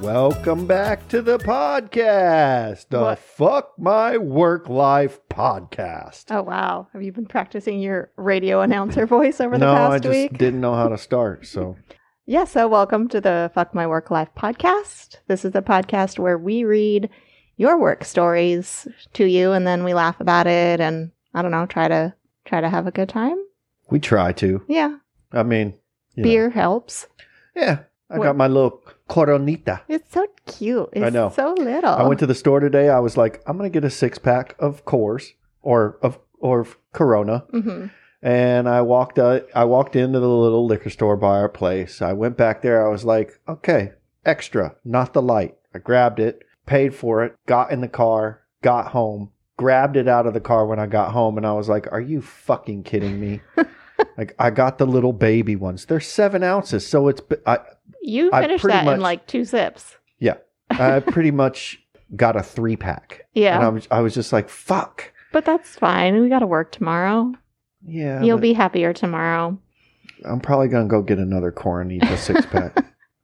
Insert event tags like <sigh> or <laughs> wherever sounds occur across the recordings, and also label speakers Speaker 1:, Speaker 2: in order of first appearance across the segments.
Speaker 1: Welcome back to the podcast, the
Speaker 2: What?
Speaker 1: Fuck My Work Life podcast.
Speaker 2: Oh wow! Have you been practicing your
Speaker 1: <laughs>
Speaker 2: radio announcer voice over the
Speaker 1: no,
Speaker 2: past
Speaker 1: I just
Speaker 2: week?
Speaker 1: didn't know how to start. So,
Speaker 2: Yeah, so welcome to the Fuck My Work Life podcast. This is the podcast where we read your work stories to you and then we laugh about it and I don't know, try to try to have a good time.
Speaker 1: we try to.
Speaker 2: Yeah.
Speaker 1: I mean, you know.
Speaker 2: Beer helps.
Speaker 1: Yeah. I
Speaker 2: What-
Speaker 1: got my little coronita.
Speaker 2: It's so cute. It's
Speaker 1: I know.
Speaker 2: so little.
Speaker 1: I went to the store today. I was like, I'm going to get a six pack of Coors or of or of Corona.
Speaker 2: hmm
Speaker 1: And I walked out, I walked into the little liquor store by our place. I went back there. I was like, okay, extra, not the light. I grabbed it, paid for it, got in the car, got home, grabbed it out of the car when I got home, and I was like, are you fucking kidding
Speaker 2: <laughs>
Speaker 1: me? like I got the little baby ones. They're seven ounces, so it's I
Speaker 2: You
Speaker 1: I
Speaker 2: finished
Speaker 1: pretty
Speaker 2: that
Speaker 1: much-
Speaker 2: in like two sips.
Speaker 1: I pretty much got a three pack, and I
Speaker 2: Yeah.
Speaker 1: was I was just like, fuck.
Speaker 2: But that's fine. We gotta work tomorrow.
Speaker 1: Yeah,
Speaker 2: You'll
Speaker 1: but
Speaker 2: be happier tomorrow.
Speaker 1: I'm probably gonna go get another Coronita six
Speaker 2: <laughs>
Speaker 1: pack.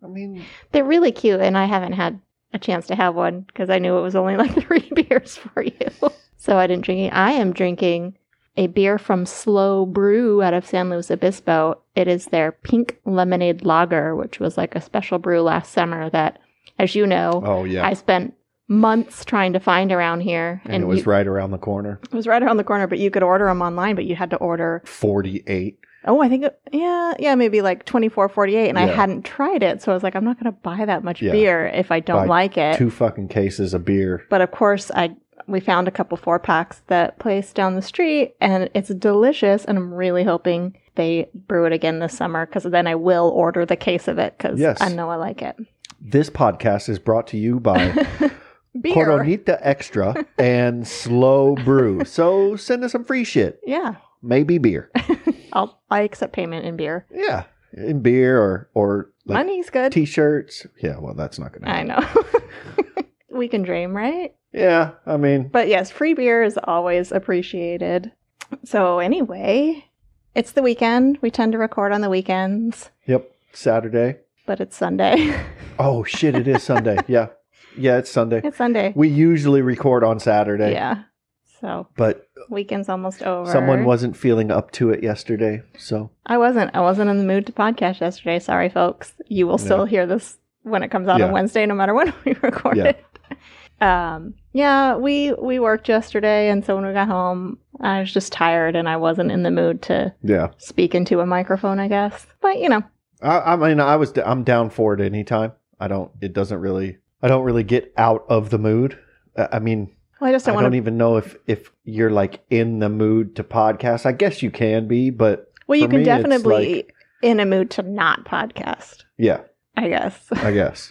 Speaker 1: I mean,
Speaker 2: They're really cute, and I haven't had a chance to have one because I knew it was only like <laughs> three beers for you. so I didn't drink it. I am drinking a beer from Slow Brew out of San Luis Obispo. It is their pink lemonade lager, which was like a special brew last summer that, as you know,
Speaker 1: oh yeah,
Speaker 2: I spent months trying to find around here.
Speaker 1: and, it was
Speaker 2: you-
Speaker 1: right around the corner.
Speaker 2: it was right around the corner, but you could order them online, but you had to order
Speaker 1: Forty-eight.
Speaker 2: Oh, I think it- yeah, yeah, maybe like 24 48 and I
Speaker 1: Yeah.
Speaker 2: hadn't tried it, so I was like I'm not going to buy that much
Speaker 1: Yeah.
Speaker 2: beer if I don't
Speaker 1: Buy
Speaker 2: like it.
Speaker 1: Two fucking cases of beer.
Speaker 2: But of course, I we found a couple four packs that place down the street, and it's delicious. And I'm really hoping they brew it again this summer because then I will order the case of it because
Speaker 1: Yes.
Speaker 2: I know I like it.
Speaker 1: This podcast is brought to you by
Speaker 2: <laughs> Beer,
Speaker 1: Coronita
Speaker 2: <laughs>
Speaker 1: Extra and Slow Brew. So send us some free shit,
Speaker 2: yeah,
Speaker 1: maybe beer.
Speaker 2: I'll I accept payment in beer.
Speaker 1: Yeah, in beer or or like
Speaker 2: Money's good.
Speaker 1: t-shirts. Yeah, well, that's not gonna.
Speaker 2: I
Speaker 1: Happen.
Speaker 2: know. <laughs> we can dream, right?
Speaker 1: Yeah, I mean,
Speaker 2: But yes, free beer is always appreciated. So anyway, it's the weekend. We tend to record on the weekends,
Speaker 1: yep. Saturday.
Speaker 2: but it's Sunday. <laughs>
Speaker 1: Oh shit! It is Sunday. yeah, yeah, it's Sunday.
Speaker 2: it's Sunday.
Speaker 1: We usually record on Saturday,
Speaker 2: Yeah. So
Speaker 1: but
Speaker 2: weekend's almost over.
Speaker 1: someone wasn't feeling up to it yesterday. So,
Speaker 2: I wasn't. I wasn't in the mood to podcast yesterday. Sorry, folks. You will still
Speaker 1: Yeah.
Speaker 2: hear this when it comes out
Speaker 1: Yeah.
Speaker 2: on Wednesday, no matter when <laughs> we record
Speaker 1: Yeah.
Speaker 2: it. Um, yeah, we we worked yesterday, and so when we got home, I was just tired, and I wasn't in the mood to
Speaker 1: yeah.
Speaker 2: speak into a microphone. I guess, but you know,
Speaker 1: I, I mean, I was I'm down for it anytime. I don't. It doesn't really. I don't really get out of the mood. I I mean,
Speaker 2: well, I just
Speaker 1: I
Speaker 2: don't
Speaker 1: don't
Speaker 2: want to
Speaker 1: even know if if you're like in the mood to podcast. I guess you can be, but
Speaker 2: Well, you
Speaker 1: For
Speaker 2: can
Speaker 1: me, it's
Speaker 2: definitely
Speaker 1: like-
Speaker 2: in a mood to not podcast.
Speaker 1: yeah,
Speaker 2: I guess.
Speaker 1: I guess.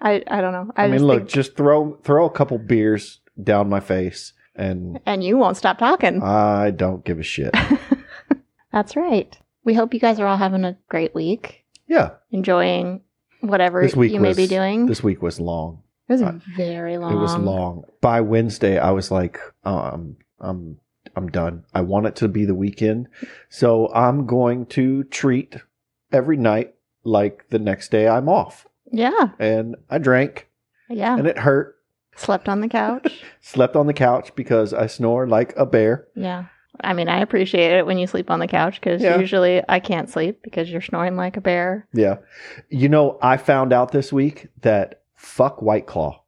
Speaker 2: I, I don't know. <laughs> I,
Speaker 1: I, mean,
Speaker 2: just
Speaker 1: look,
Speaker 2: think,
Speaker 1: just throw throw a couple beers down my face,
Speaker 2: <laughs>
Speaker 1: and
Speaker 2: and you won't stop talking.
Speaker 1: I don't give a shit.
Speaker 2: That's right. We hope you guys are all having a great week,
Speaker 1: Yeah,
Speaker 2: enjoying whatever
Speaker 1: This week
Speaker 2: you may be
Speaker 1: was-
Speaker 2: doing.
Speaker 1: this week was long.
Speaker 2: it was
Speaker 1: I-
Speaker 2: very long.
Speaker 1: It was long. By Wednesday, I was like, oh, I'm, I'm, I'm done. I want it to be the weekend, so I'm going to treat every night like the next day I'm off.
Speaker 2: Yeah.
Speaker 1: And I drank,
Speaker 2: Yeah.
Speaker 1: and it hurt.
Speaker 2: Slept on
Speaker 1: <laughs>
Speaker 2: the couch.
Speaker 1: Slept on the couch because I snore like a bear.
Speaker 2: yeah. I mean, I appreciate it when you sleep on the couch because
Speaker 1: Yeah.
Speaker 2: usually I can't sleep because you're snoring like a bear.
Speaker 1: Yeah, you know, I found out this week that fuck White
Speaker 2: <laughs>
Speaker 1: Claw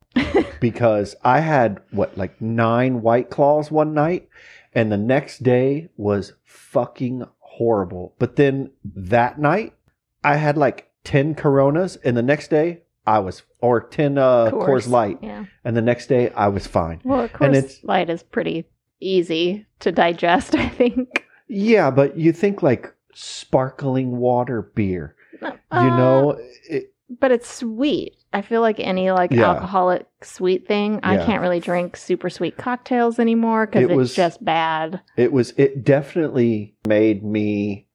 Speaker 1: because I had what like nine White Claws one night, and the next day was fucking horrible. But then that night, I had like ten Coronas, and the next day I was or ten uh, Coors. Light,
Speaker 2: Yeah.
Speaker 1: and the next day I was fine.
Speaker 2: Well, of
Speaker 1: And
Speaker 2: course,
Speaker 1: it's-
Speaker 2: light is pretty easy to digest, <laughs> I think.
Speaker 1: Yeah, but you think like sparkling water beer, you
Speaker 2: Uh,
Speaker 1: know? It,
Speaker 2: but it's sweet. I feel like any like
Speaker 1: Yeah.
Speaker 2: alcoholic sweet thing, I
Speaker 1: Yeah.
Speaker 2: can't really drink super sweet cocktails anymore because
Speaker 1: It
Speaker 2: it's
Speaker 1: was-
Speaker 2: just bad.
Speaker 1: it was it definitely made me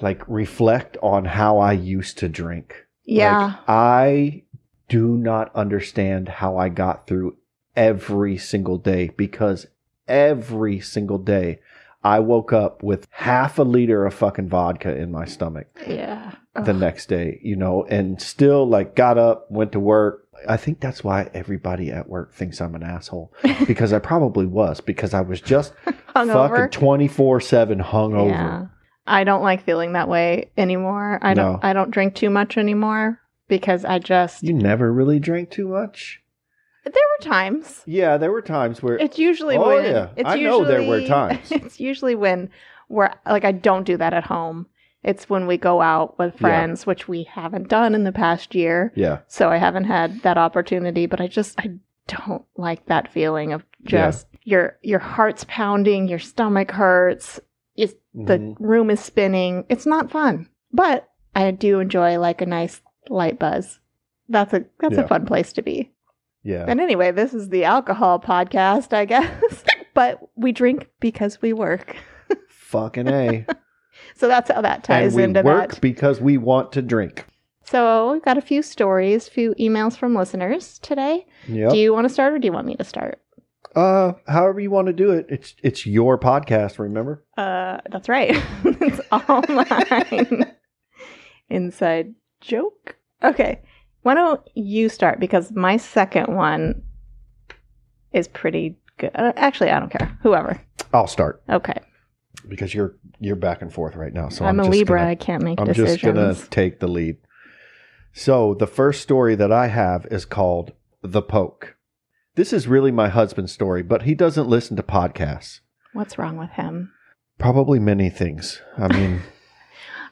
Speaker 1: like reflect on how I used to drink.
Speaker 2: Yeah,
Speaker 1: Like, I do not understand how I got through every single day because every single day I woke up with half a liter of fucking vodka in my stomach
Speaker 2: Yeah.
Speaker 1: the
Speaker 2: Ugh.
Speaker 1: next day, you know, and still like got up, went to work. I think that's why everybody at work thinks I'm an
Speaker 2: <laughs>
Speaker 1: asshole because I probably was because I was just fucking
Speaker 2: Hungover.
Speaker 1: 24 7 hungover.
Speaker 2: Yeah. I don't like feeling that way anymore. I
Speaker 1: No.
Speaker 2: don't I don't drink too much anymore because I just
Speaker 1: You never really drank too much?
Speaker 2: there were times.
Speaker 1: Yeah, there were times where
Speaker 2: It's usually
Speaker 1: Oh,
Speaker 2: when
Speaker 1: yeah.
Speaker 2: it's
Speaker 1: I know
Speaker 2: usually,
Speaker 1: there were times.
Speaker 2: <laughs> It's usually when we're like I don't do that at home. It's when we go out with
Speaker 1: Yeah.
Speaker 2: friends, which we haven't done in the past year.
Speaker 1: Yeah.
Speaker 2: So I haven't had that opportunity, but I just I don't like that feeling of
Speaker 1: Yeah.
Speaker 2: just your your heart's pounding, your stomach hurts, the
Speaker 1: Mhm.
Speaker 2: room is spinning. It's not fun. But I do enjoy like a nice light buzz. That's a that's
Speaker 1: Yeah.
Speaker 2: a fun place to be.
Speaker 1: Yeah.
Speaker 2: And anyway, this is the alcohol podcast, I guess. <laughs> but we drink because we work.
Speaker 1: Fucking
Speaker 2: <laughs>
Speaker 1: A.
Speaker 2: So that's how that
Speaker 1: and
Speaker 2: ties
Speaker 1: we
Speaker 2: into
Speaker 1: work
Speaker 2: that.
Speaker 1: because we want to drink.
Speaker 2: So we've got a few stories, few emails from listeners today.
Speaker 1: Yep.
Speaker 2: Do you want to start or do you want me to start?
Speaker 1: uh, however you want to do it, it's it's your podcast. Remember?
Speaker 2: Uh, that's right. <laughs> it's <laughs> all mine. Inside joke. Okay. Why don't you start? Because my second one is pretty good. Uh, Actually, I don't care. Whoever.
Speaker 1: I'll start
Speaker 2: Okay.
Speaker 1: because you're you're back and forth right now. So I'm,
Speaker 2: I'm, a
Speaker 1: just
Speaker 2: Libra.
Speaker 1: gonna-
Speaker 2: I can't make
Speaker 1: I'm
Speaker 2: decisions.
Speaker 1: just gonna take the lead. So the first story that I have is called "The Poke." This is really my husband's story, but he doesn't listen to podcasts.
Speaker 2: What's wrong with him?
Speaker 1: Probably many things.
Speaker 2: <laughs>
Speaker 1: I mean,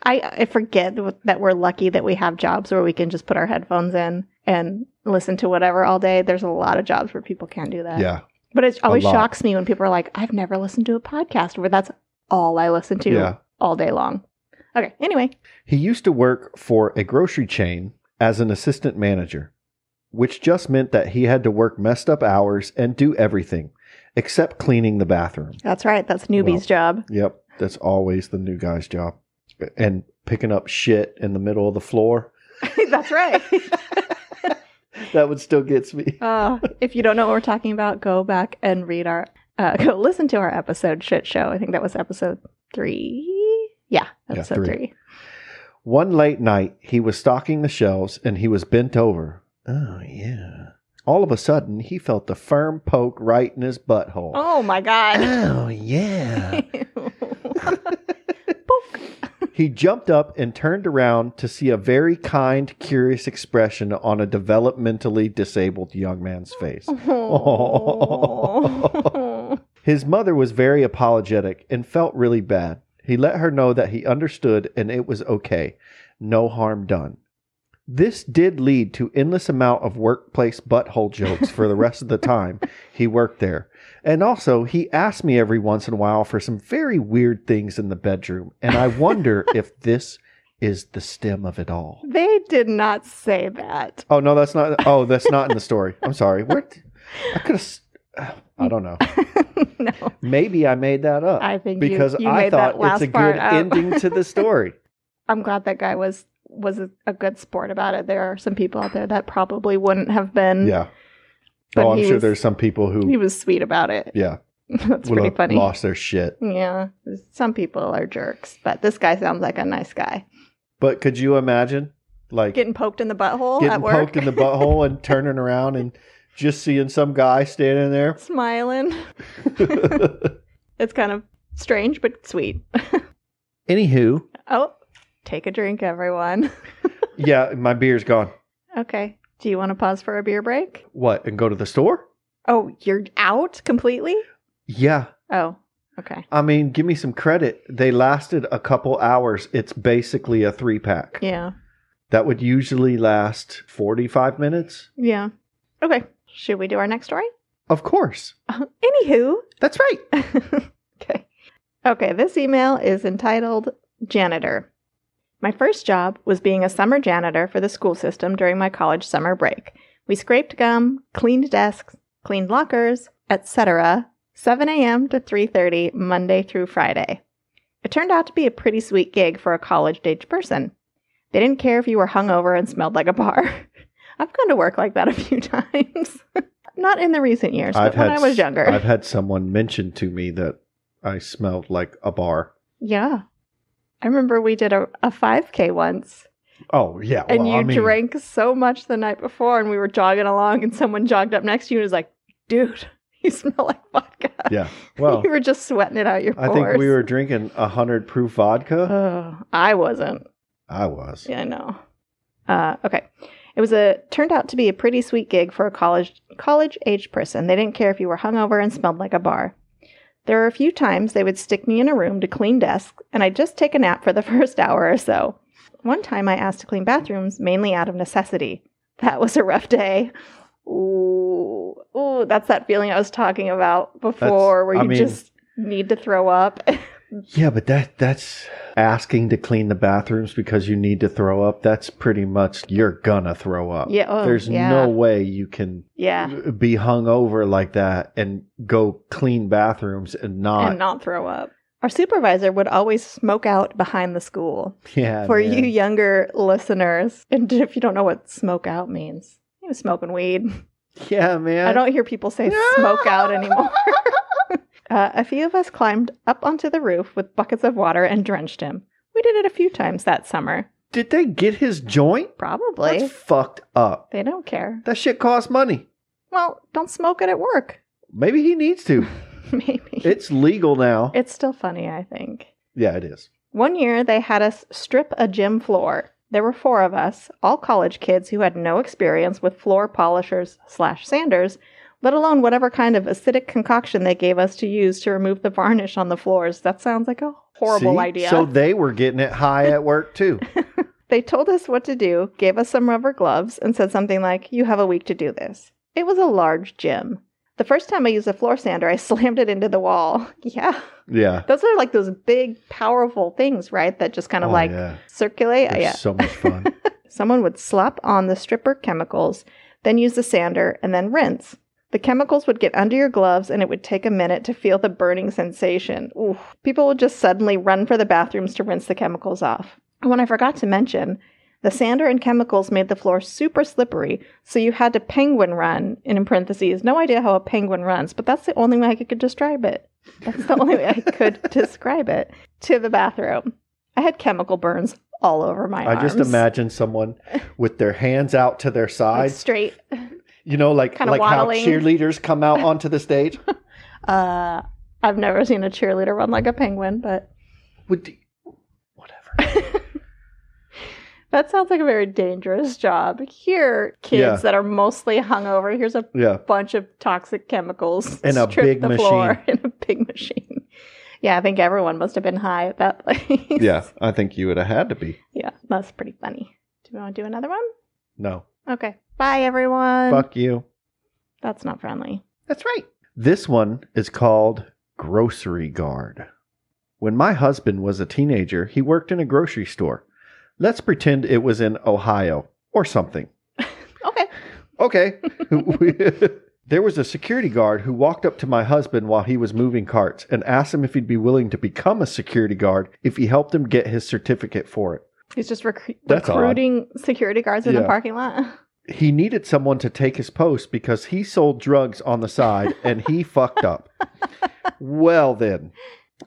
Speaker 2: I, I forget that we're lucky that we have jobs where we can just put our headphones in and listen to whatever all day. There's a lot of jobs where people can't do that.
Speaker 1: yeah,
Speaker 2: But it always
Speaker 1: lot.
Speaker 2: shocks me when people are like, I've never listened to a podcast where that's all I listen to
Speaker 1: yeah.
Speaker 2: all day long. Okay, anyway.
Speaker 1: He used to work for a grocery chain as an assistant manager, which just meant that he had to work messed up hours and do everything except cleaning the bathroom.
Speaker 2: That's right. That's newbie's
Speaker 1: Well.
Speaker 2: job.
Speaker 1: Yep, that's always the new guy's job. And picking up shit in the middle of the floor,
Speaker 2: <laughs> that's <laughs> right.
Speaker 1: that would still gets me.
Speaker 2: uh, if you don't know what we're talking about, go back and read our, uh, <laughs> go listen to our episode, Shit Show. I think that was episode three. Yeah,
Speaker 1: Yeah,
Speaker 2: episode
Speaker 1: three.
Speaker 2: three.
Speaker 1: One late night, he was stocking the shelves and he was bent over. Oh, yeah. All of a sudden, he felt a firm poke right in his butthole.
Speaker 2: Oh my
Speaker 1: <laughs>
Speaker 2: God. <laughs>
Speaker 1: oh yeah.
Speaker 2: Poke.
Speaker 1: <laughs> He jumped up and turned around to see a very kind, curious expression on a developmentally disabled young man's face.
Speaker 2: Oh.
Speaker 1: His mother was very apologetic and felt really bad. He let her know that he understood and it was okay. No harm done. This did lead to endless amount of workplace butthole jokes for the rest of the time he worked there. And also, he asked me every once in a while for some very weird things in the bedroom, and I wonder if this is the stem of it all.
Speaker 2: <laughs> they did not say that. <laughs>
Speaker 1: Oh no, that's not. Oh, that's not in the story. I'm sorry. Where? T- I could have. I don't know.
Speaker 2: no,
Speaker 1: Maybe I made that up.
Speaker 2: I think you-
Speaker 1: because
Speaker 2: you
Speaker 1: I
Speaker 2: made that
Speaker 1: thought it's
Speaker 2: last
Speaker 1: a good
Speaker 2: part up.
Speaker 1: ending to
Speaker 2: <laughs>
Speaker 1: the story.
Speaker 2: I'm glad that guy was was a, a good sport about it. There are some people out there that probably wouldn't have been.
Speaker 1: yeah.
Speaker 2: Mm-hmm. But
Speaker 1: oh, I'm
Speaker 2: he
Speaker 1: sure
Speaker 2: was-
Speaker 1: there's some people
Speaker 2: He
Speaker 1: who,
Speaker 2: was sweet about it.
Speaker 1: yeah,
Speaker 2: <laughs> That's
Speaker 1: would
Speaker 2: pretty
Speaker 1: have
Speaker 2: funny.
Speaker 1: lost their shit.
Speaker 2: Yeah, some people are jerks, but this guy sounds like a nice guy.
Speaker 1: But could you imagine, like,
Speaker 2: Getting poked in the butthole
Speaker 1: getting
Speaker 2: at work,
Speaker 1: poked in the butthole and turning around and just seeing some guy standing there?
Speaker 2: <laughs> smiling. It's kind of strange, but sweet.
Speaker 1: <laughs> Anywho,
Speaker 2: Oh, take a drink, everyone.
Speaker 1: yeah, my beer's gone.
Speaker 2: Okay. Do you want to pause for a beer break?
Speaker 1: What? And go to the store?
Speaker 2: Oh, you're out completely?
Speaker 1: Yeah.
Speaker 2: Oh, okay.
Speaker 1: I mean, give me some credit. They lasted a couple hours. It's basically a three pack.
Speaker 2: Yeah.
Speaker 1: That would usually last 45 minutes.
Speaker 2: Yeah. Okay. Should we do our next story? <laughs>
Speaker 1: Of course.
Speaker 2: Anywho.
Speaker 1: That's right.
Speaker 2: <laughs> okay. Okay, this email is entitled Janitor. My first job was being a summer janitor for the school system during my college summer break. We scraped gum, cleaned desks, cleaned lockers, etc. 7 a.m. to 3:30 Monday through Friday. It turned out to be a pretty sweet gig for a college-age person. They didn't care if you were hungover and smelled like a bar. <laughs> I've gone to work like that a few <laughs> times. Not in the recent years, but when I was
Speaker 1: s-
Speaker 2: younger.
Speaker 1: I've had someone mention to me that I smelled like a bar.
Speaker 2: Yeah. I remember we did a, a 5K once
Speaker 1: Oh yeah,
Speaker 2: and
Speaker 1: well,
Speaker 2: you
Speaker 1: I mean,
Speaker 2: drank so much the night before and we were jogging along and someone jogged up next to you and was like, dude, <laughs> you smell like vodka.
Speaker 1: Yeah. <laughs> Well,
Speaker 2: <laughs> you were just sweating it out your
Speaker 1: I
Speaker 2: pores.
Speaker 1: think we were drinking a hundred proof vodka.
Speaker 2: Oh, I wasn't.
Speaker 1: I was.
Speaker 2: Yeah, I know. Uh, okay. It was a turned out to be a pretty sweet gig for a college college aged person. They didn't care if you were hungover and smelled like a bar. There were a few times they would stick me in a room to clean desks, and I'd just take a nap for the <laughs> first hour or so. One time I asked to clean bathrooms mainly out of necessity. That was a rough day. Ooh, ooh, that's that feeling I was talking about before, where
Speaker 1: I
Speaker 2: you
Speaker 1: mean-
Speaker 2: just need to throw up. <laughs>
Speaker 1: Yeah, but that that's asking to clean the bathrooms because you need to throw up. That's pretty much you're gonna throw up.
Speaker 2: Yeah, oh,
Speaker 1: There's
Speaker 2: yeah.
Speaker 1: no way you can
Speaker 2: yeah,
Speaker 1: be hung over like that and go clean bathrooms and not.
Speaker 2: and not throw up. Our supervisor would always smoke out behind the school.
Speaker 1: yeah.
Speaker 2: For
Speaker 1: man.
Speaker 2: you younger listeners, and if you don't know what smoke out means, he was smoking weed.
Speaker 1: Yeah, man.
Speaker 2: I don't hear people say smoke
Speaker 1: <laughs>
Speaker 2: out anymore. uh, a few of us climbed up onto the roof with buckets of water and drenched him. We did it a few times that summer.
Speaker 1: Did they get his joint?
Speaker 2: Probably.
Speaker 1: That's fucked up.
Speaker 2: they don't care.
Speaker 1: That shit costs money.
Speaker 2: Well, don't smoke it at work. <laughs>
Speaker 1: Maybe he needs to.
Speaker 2: Maybe.
Speaker 1: it's legal now.
Speaker 2: it's still funny, I think.
Speaker 1: yeah, it is.
Speaker 2: One year, they had us strip a gym floor. There were four of us, all college kids who had no experience with floor polishers slash sanders, let alone whatever kind of acidic concoction they gave us to use to remove the varnish on the floors. That sounds like a horrible
Speaker 1: See?
Speaker 2: idea.
Speaker 1: So they were getting it high at work
Speaker 2: <laughs>
Speaker 1: too.
Speaker 2: They told us what to do, gave us some rubber gloves, and said something like, You have a week to do this. It was a large gym. The first time I used a floor sander, I <laughs> slammed it into the wall. yeah.
Speaker 1: yeah.
Speaker 2: Those are like those big, powerful things, right? That just kind of
Speaker 1: Oh,
Speaker 2: like
Speaker 1: yeah.
Speaker 2: circulate.
Speaker 1: They're
Speaker 2: yeah.
Speaker 1: so much
Speaker 2: <laughs>
Speaker 1: fun.
Speaker 2: Someone would slap on the stripper chemicals, then use the sander, and then rinse. The chemicals would get under your gloves and it would take a minute to feel the burning sensation. Ooh. People would just suddenly run for the bathrooms to rinse the chemicals off. And what I forgot to mention, the sander and chemicals made the floor super slippery, so you had to penguin run, and in parentheses, no idea how a penguin runs, but that's the only way I could describe it. That's the only way I
Speaker 1: <laughs>
Speaker 2: could describe it. To the bathroom. I had chemical burns all over my
Speaker 1: I
Speaker 2: arms.
Speaker 1: just imagine
Speaker 2: <laughs>
Speaker 1: someone with their hands out to their
Speaker 2: like
Speaker 1: sides,
Speaker 2: straight.
Speaker 1: you know, like
Speaker 2: kinda
Speaker 1: like how
Speaker 2: waddling.
Speaker 1: cheerleaders come
Speaker 2: <laughs>
Speaker 1: out onto the stage.
Speaker 2: Uh, I've never seen a cheerleader run like a penguin, but
Speaker 1: Would the- whatever.
Speaker 2: that sounds like a very dangerous job. Here, kids
Speaker 1: Yeah.
Speaker 2: that are mostly hungover, here's a
Speaker 1: Yeah.
Speaker 2: bunch of
Speaker 1: <laughs>
Speaker 2: toxic chemicals
Speaker 1: In a
Speaker 2: strip
Speaker 1: big
Speaker 2: the
Speaker 1: machine.
Speaker 2: <laughs> floor in a big machine. Yeah, I think everyone must have been high at that <laughs> place.
Speaker 1: Yeah. I think you would have had to be.
Speaker 2: yeah, that's pretty funny. Do we want to do another one?
Speaker 1: No.
Speaker 2: Okay, bye everyone.
Speaker 1: Fuck you.
Speaker 2: That's not friendly.
Speaker 1: That's right. This one is called Grocery Guard. When my husband was a teenager, he worked in a grocery store. Let's pretend it was in Ohio or something.
Speaker 2: Okay,
Speaker 1: Okay. <laughs> there was a security guard who walked up to my husband while he was moving carts and asked him if he'd be willing to become a security guard if he helped him get his certificate for it.
Speaker 2: he's just recru-
Speaker 1: That's odd.
Speaker 2: recruiting security guards in the
Speaker 1: Yeah.
Speaker 2: parking lot.
Speaker 1: He needed someone to take his post because he sold drugs on the side and he fucked up. Well, then,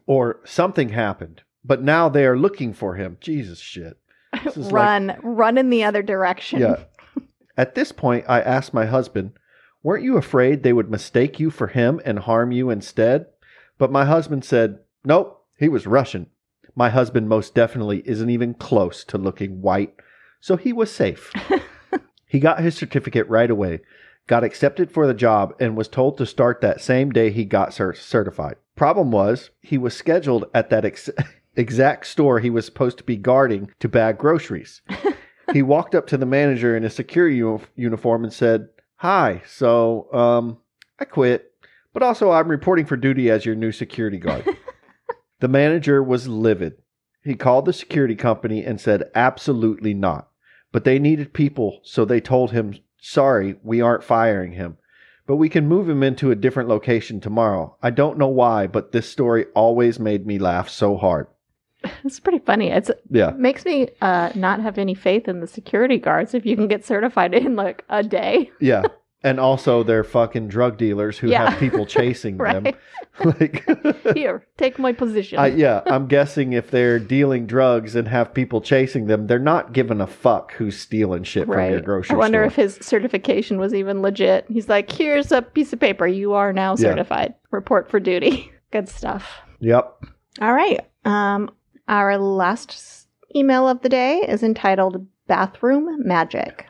Speaker 1: or something happened, but now they are looking for him. Jesus shit. This
Speaker 2: <laughs>
Speaker 1: is like-
Speaker 2: run, run in the other direction.
Speaker 1: Yeah. At this point, I asked my husband, Weren't you afraid they would mistake you for him and harm you instead? But my husband said, Nope, he was Russian. My husband most definitely isn't even close to looking white, so he was safe. he got his certificate right away, got accepted for the job, and was told to start that same day he got cer- certified. Problem was, he was scheduled at that ex- <laughs> exact store he was supposed to be guarding to bag groceries he walked up to the manager in a security uni- uniform and said, "Hi, so um, I quit, but also I'm reporting for duty as your new security guard." the manager was livid. He called the security company and said, "Absolutely not." But they needed people, so they told him, "Sorry, we aren't firing him." But we can move him into a different location tomorrow. I don't know why, but this story always made me laugh so hard.
Speaker 2: <laughs> It's pretty funny. It's
Speaker 1: Yeah.
Speaker 2: <laughs> makes me uh, not have any faith in the security guards if you can get certified in like a day. <laughs>
Speaker 1: Yeah. And also, they're fucking drug dealers who
Speaker 2: Yeah.
Speaker 1: have
Speaker 2: <laughs>
Speaker 1: people chasing them.
Speaker 2: right?
Speaker 1: <laughs> Like,
Speaker 2: Here, take my position.
Speaker 1: I, yeah, I'm guessing if they're dealing drugs and have people chasing them, they're not giving a fuck who's stealing shit from your
Speaker 2: right.
Speaker 1: grocery
Speaker 2: I wonder
Speaker 1: store.
Speaker 2: if his certification was even legit. He's like, here's a piece of paper. You are now
Speaker 1: Yeah.
Speaker 2: certified. Report for duty. <laughs> Good stuff. <laughs>
Speaker 1: yep.
Speaker 2: All right. Um, our last s- email of the day is entitled Bathroom Magic.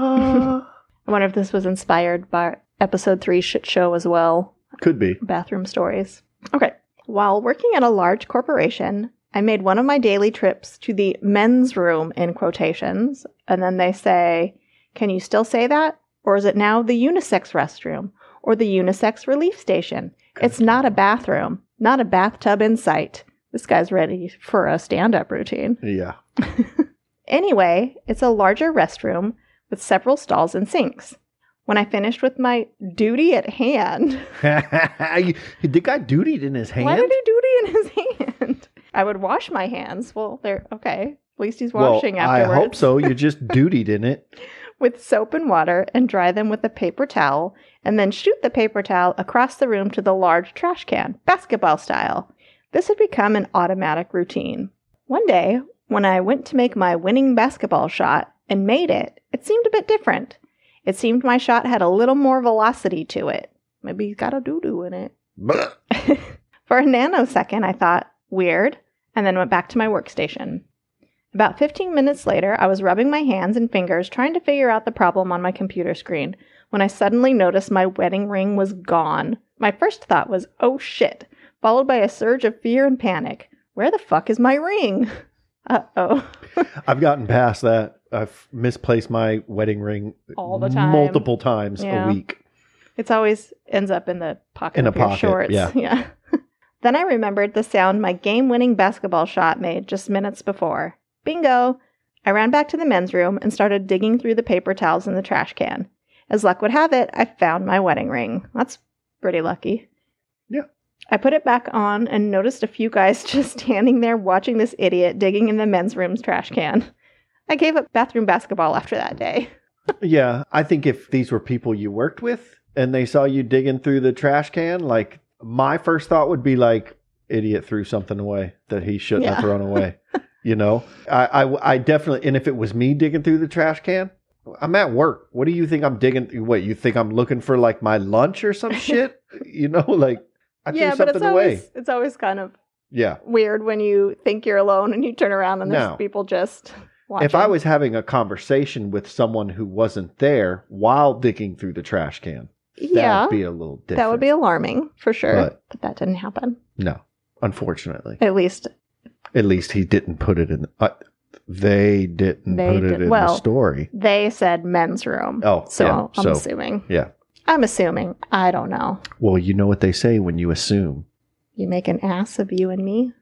Speaker 2: I wonder if this was inspired by episode three shit show as well.
Speaker 1: Could be.
Speaker 2: Bathroom stories. Okay. While working at a large corporation, I made one of my daily trips to the men's room in quotations, and then they say, "Can you still say that?" Or is it now the unisex restroom or the unisex relief station? It's not a bathroom, not a bathtub in sight. This guy's ready for a stand-up routine.
Speaker 1: Yeah. <laughs>
Speaker 2: Anyway, it's a larger restroom with several stalls and sinks. When I finished with my duty at hand,
Speaker 1: the guy dutied in his hand.
Speaker 2: why did he duty in his <laughs> hand? I would wash my hands. Well, they're okay. At least he's washing
Speaker 1: well,
Speaker 2: afterwards.
Speaker 1: I hope so. You just dutied in it.
Speaker 2: <laughs> With soap and water and dry them with a paper towel, and then shoot the paper towel across the room to the large trash can, basketball style. This had become an automatic routine. One day, when I went to make my winning basketball shot and made it, it seemed a bit different. It seemed my shot had a little more velocity to it. Maybe he's got a doo doo in it. For a nanosecond, I thought, weird, and then went back to my workstation. About 15 minutes later, I was rubbing my hands and fingers trying to figure out the problem on my computer screen when I suddenly noticed my wedding ring was gone. My first thought was, oh shit, followed by a surge of fear and panic. Where the fuck is my ring? <laughs> Uh oh.
Speaker 1: I've gotten past that. I've misplaced my wedding ring
Speaker 2: All the time.
Speaker 1: multiple times
Speaker 2: Yeah.
Speaker 1: a week.
Speaker 2: It's always ends up in the pocket
Speaker 1: In
Speaker 2: of
Speaker 1: a
Speaker 2: your
Speaker 1: pocket,
Speaker 2: shorts. <laughs>
Speaker 1: yeah.
Speaker 2: then I remembered the sound my game-winning basketball shot made just minutes before. Bingo! I ran back to the men's room and started digging through the paper towels in the trash can. As luck would have it, I found my wedding ring. That's pretty lucky.
Speaker 1: Yeah.
Speaker 2: I put it back on and noticed a few guys <laughs> just standing there watching this idiot digging in the men's room's trash can. I gave up bathroom basketball after that day.
Speaker 1: Yeah, I think if these were people you worked with and they saw you digging through the trash can, like my first thought would be like, idiot threw something away that he shouldn't have
Speaker 2: Yeah.
Speaker 1: thrown
Speaker 2: <laughs>
Speaker 1: away. you know, I, I, I definitely, and if it was me digging through the trash can, I'm at work. What do you think I'm digging? What you think I'm looking for? Like my lunch or
Speaker 2: <laughs>
Speaker 1: some shit? you know, <laughs> like I
Speaker 2: yeah,
Speaker 1: threw
Speaker 2: but it's
Speaker 1: something away.
Speaker 2: always it's always kind of
Speaker 1: yeah.
Speaker 2: weird when you think you're alone and you turn around and
Speaker 1: No.
Speaker 2: there's people just watching.
Speaker 1: If I was having a conversation with someone who wasn't there while digging through the trash can, that
Speaker 2: yeah,
Speaker 1: would be a little different.
Speaker 2: that would be alarming for sure.
Speaker 1: But-
Speaker 2: But, that didn't happen.
Speaker 1: No, unfortunately.
Speaker 2: At least
Speaker 1: At least he didn't put it in. Uh, they didn't
Speaker 2: They
Speaker 1: put it
Speaker 2: did-
Speaker 1: in the
Speaker 2: well-
Speaker 1: story.
Speaker 2: they said men's room.
Speaker 1: Oh,
Speaker 2: so
Speaker 1: yeah,
Speaker 2: I'm
Speaker 1: so-
Speaker 2: assuming.
Speaker 1: yeah.
Speaker 2: I'm assuming. I don't know.
Speaker 1: Well, you know what they say when you assume.
Speaker 2: You make an ass of you and me.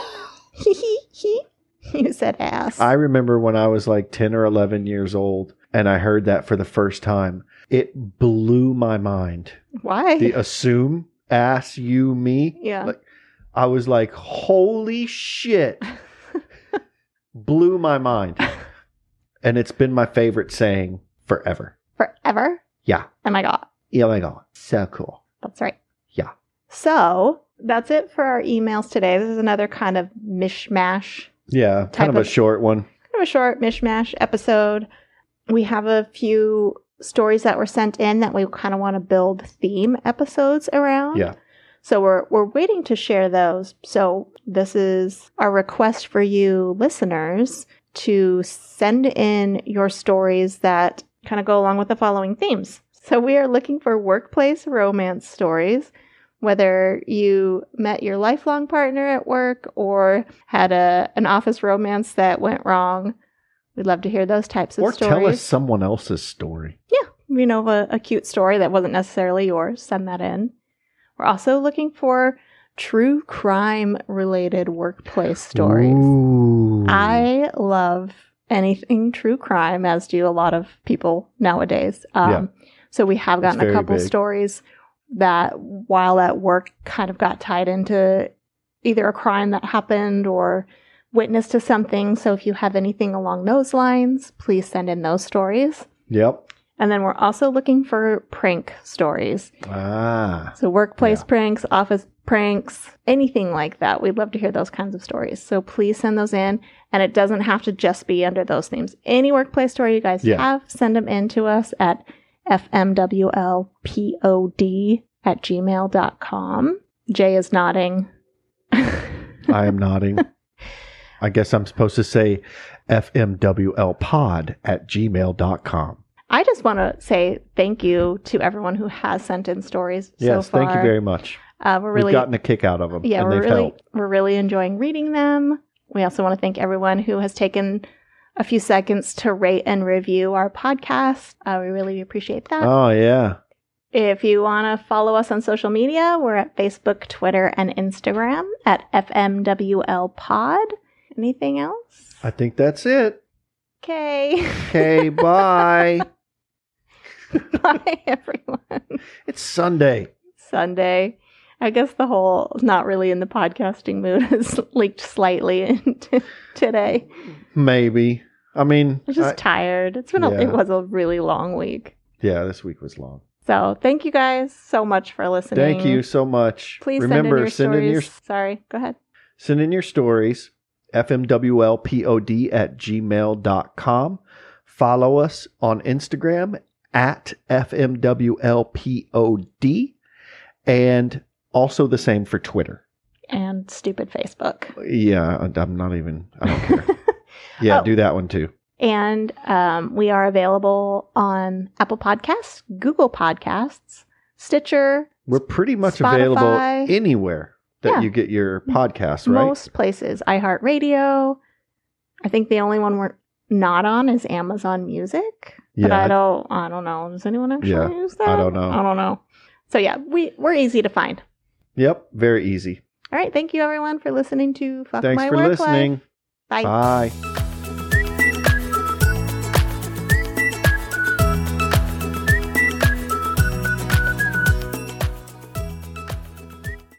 Speaker 2: <laughs> you said ass.
Speaker 1: I remember when I was like 10 or 11 years old and I heard that for the first time. It blew my mind.
Speaker 2: Why? <laughs>
Speaker 1: The assume, ass, you, me.
Speaker 2: yeah.
Speaker 1: like- I was like, holy
Speaker 2: <laughs>
Speaker 1: shit. blew my mind. And it's been my favorite saying forever.
Speaker 2: Forever?
Speaker 1: Yeah.
Speaker 2: Oh my god.
Speaker 1: Yeah, my God. So cool.
Speaker 2: That's right.
Speaker 1: Yeah.
Speaker 2: So that's it for our emails today. This is another kind of mishmash
Speaker 1: Yeah, kind
Speaker 2: Type
Speaker 1: of a
Speaker 2: of-
Speaker 1: short one.
Speaker 2: kind of a short mishmash episode. We have a few stories that were sent in that we kind of want to build theme episodes around.
Speaker 1: Yeah.
Speaker 2: So we're we're waiting to share those. So this is our request for you listeners to send in your stories that kind of go along with the following themes. So we are looking for workplace romance stories whether you met your lifelong partner at work or had a an office romance that went wrong. We'd love to hear those types of
Speaker 1: or
Speaker 2: stories.
Speaker 1: tell us someone else's story.
Speaker 2: If you know of a, a cute story that wasn't necessarily yours, send that in. We're also looking for true crime related workplace stories.
Speaker 1: Ooh.
Speaker 2: I love anything true crime, as do a lot of people nowadays. Um,
Speaker 1: Yeah.
Speaker 2: So we have
Speaker 1: It's
Speaker 2: gotten a
Speaker 1: very
Speaker 2: couple
Speaker 1: big.
Speaker 2: stories that, while at work, kind of got tied into either a crime that happened or witness to something. So if you have anything along those lines, please send in those stories.
Speaker 1: Yep.
Speaker 2: And then we're also looking for prank stories.
Speaker 1: Ah.
Speaker 2: So, workplace
Speaker 1: Yeah.
Speaker 2: pranks, office pranks, anything like that. We'd love to hear those kinds of stories. So, please send those in. And it doesn't have to just be under those themes. Any workplace story you guys
Speaker 1: Yeah.
Speaker 2: have, send them in to us at fmwlpod at gmail.com. Jay is nodding. <laughs>
Speaker 1: I am nodding. I guess I'm supposed to say fmwlpod at gmail.com.
Speaker 2: I just want to say thank you to everyone who has sent in stories
Speaker 1: yes,
Speaker 2: so far.
Speaker 1: thank you very much.
Speaker 2: Uh, we're really
Speaker 1: We've gotten a kick out of them.
Speaker 2: yeah,
Speaker 1: and
Speaker 2: we're
Speaker 1: they've
Speaker 2: really
Speaker 1: helped.
Speaker 2: we're really enjoying reading them. We also want to thank everyone who has taken a few seconds to rate and review our podcast. Uh, we really appreciate that.
Speaker 1: Oh, yeah.
Speaker 2: if you want to follow us on social media, we're at Facebook, Twitter, and Instagram at FMWL Pod. Anything else?
Speaker 1: I think that's it.
Speaker 2: Okay. <laughs>
Speaker 1: Okay, bye.
Speaker 2: Bye, everyone.
Speaker 1: It's Sunday.
Speaker 2: Sunday. I guess the whole not really in the podcasting mood <laughs> has leaked slightly <laughs> into today.
Speaker 1: Maybe. I mean,
Speaker 2: I'm just
Speaker 1: I-
Speaker 2: tired. It's been a,
Speaker 1: Yeah.
Speaker 2: it was a really long week.
Speaker 1: yeah, this week was long.
Speaker 2: So thank you guys so much for listening.
Speaker 1: Thank you so much.
Speaker 2: Please
Speaker 1: Remember,
Speaker 2: send in your stories.
Speaker 1: in your
Speaker 2: Sorry, go ahead.
Speaker 1: Send in your stories, fmwlpod at gmail.com. Follow us on Instagram at fmwlpod and also the same for Twitter.
Speaker 2: And stupid Facebook.
Speaker 1: Yeah, I- I'm not even, I don't
Speaker 2: <laughs>
Speaker 1: care. Yeah,
Speaker 2: Oh.
Speaker 1: do that one too.
Speaker 2: And um, we are available on Apple Podcasts, Google Podcasts, Stitcher,
Speaker 1: We're pretty much
Speaker 2: Spotify.
Speaker 1: available anywhere that
Speaker 2: Yeah.
Speaker 1: you get your podcasts, right?
Speaker 2: most places, iHeartRadio. I think the only one we're not on is Amazon Music. but
Speaker 1: yeah,
Speaker 2: I don't I don't know. Does anyone actually
Speaker 1: Yeah,
Speaker 2: use that?
Speaker 1: I don't know.
Speaker 2: I don't know. So yeah, we we're easy to find.
Speaker 1: yep, very easy.
Speaker 2: All right, thank you everyone for listening to Fuck
Speaker 1: Thanks
Speaker 2: My
Speaker 1: for
Speaker 2: Work
Speaker 1: listening.
Speaker 2: Life. Bye.
Speaker 1: Bye.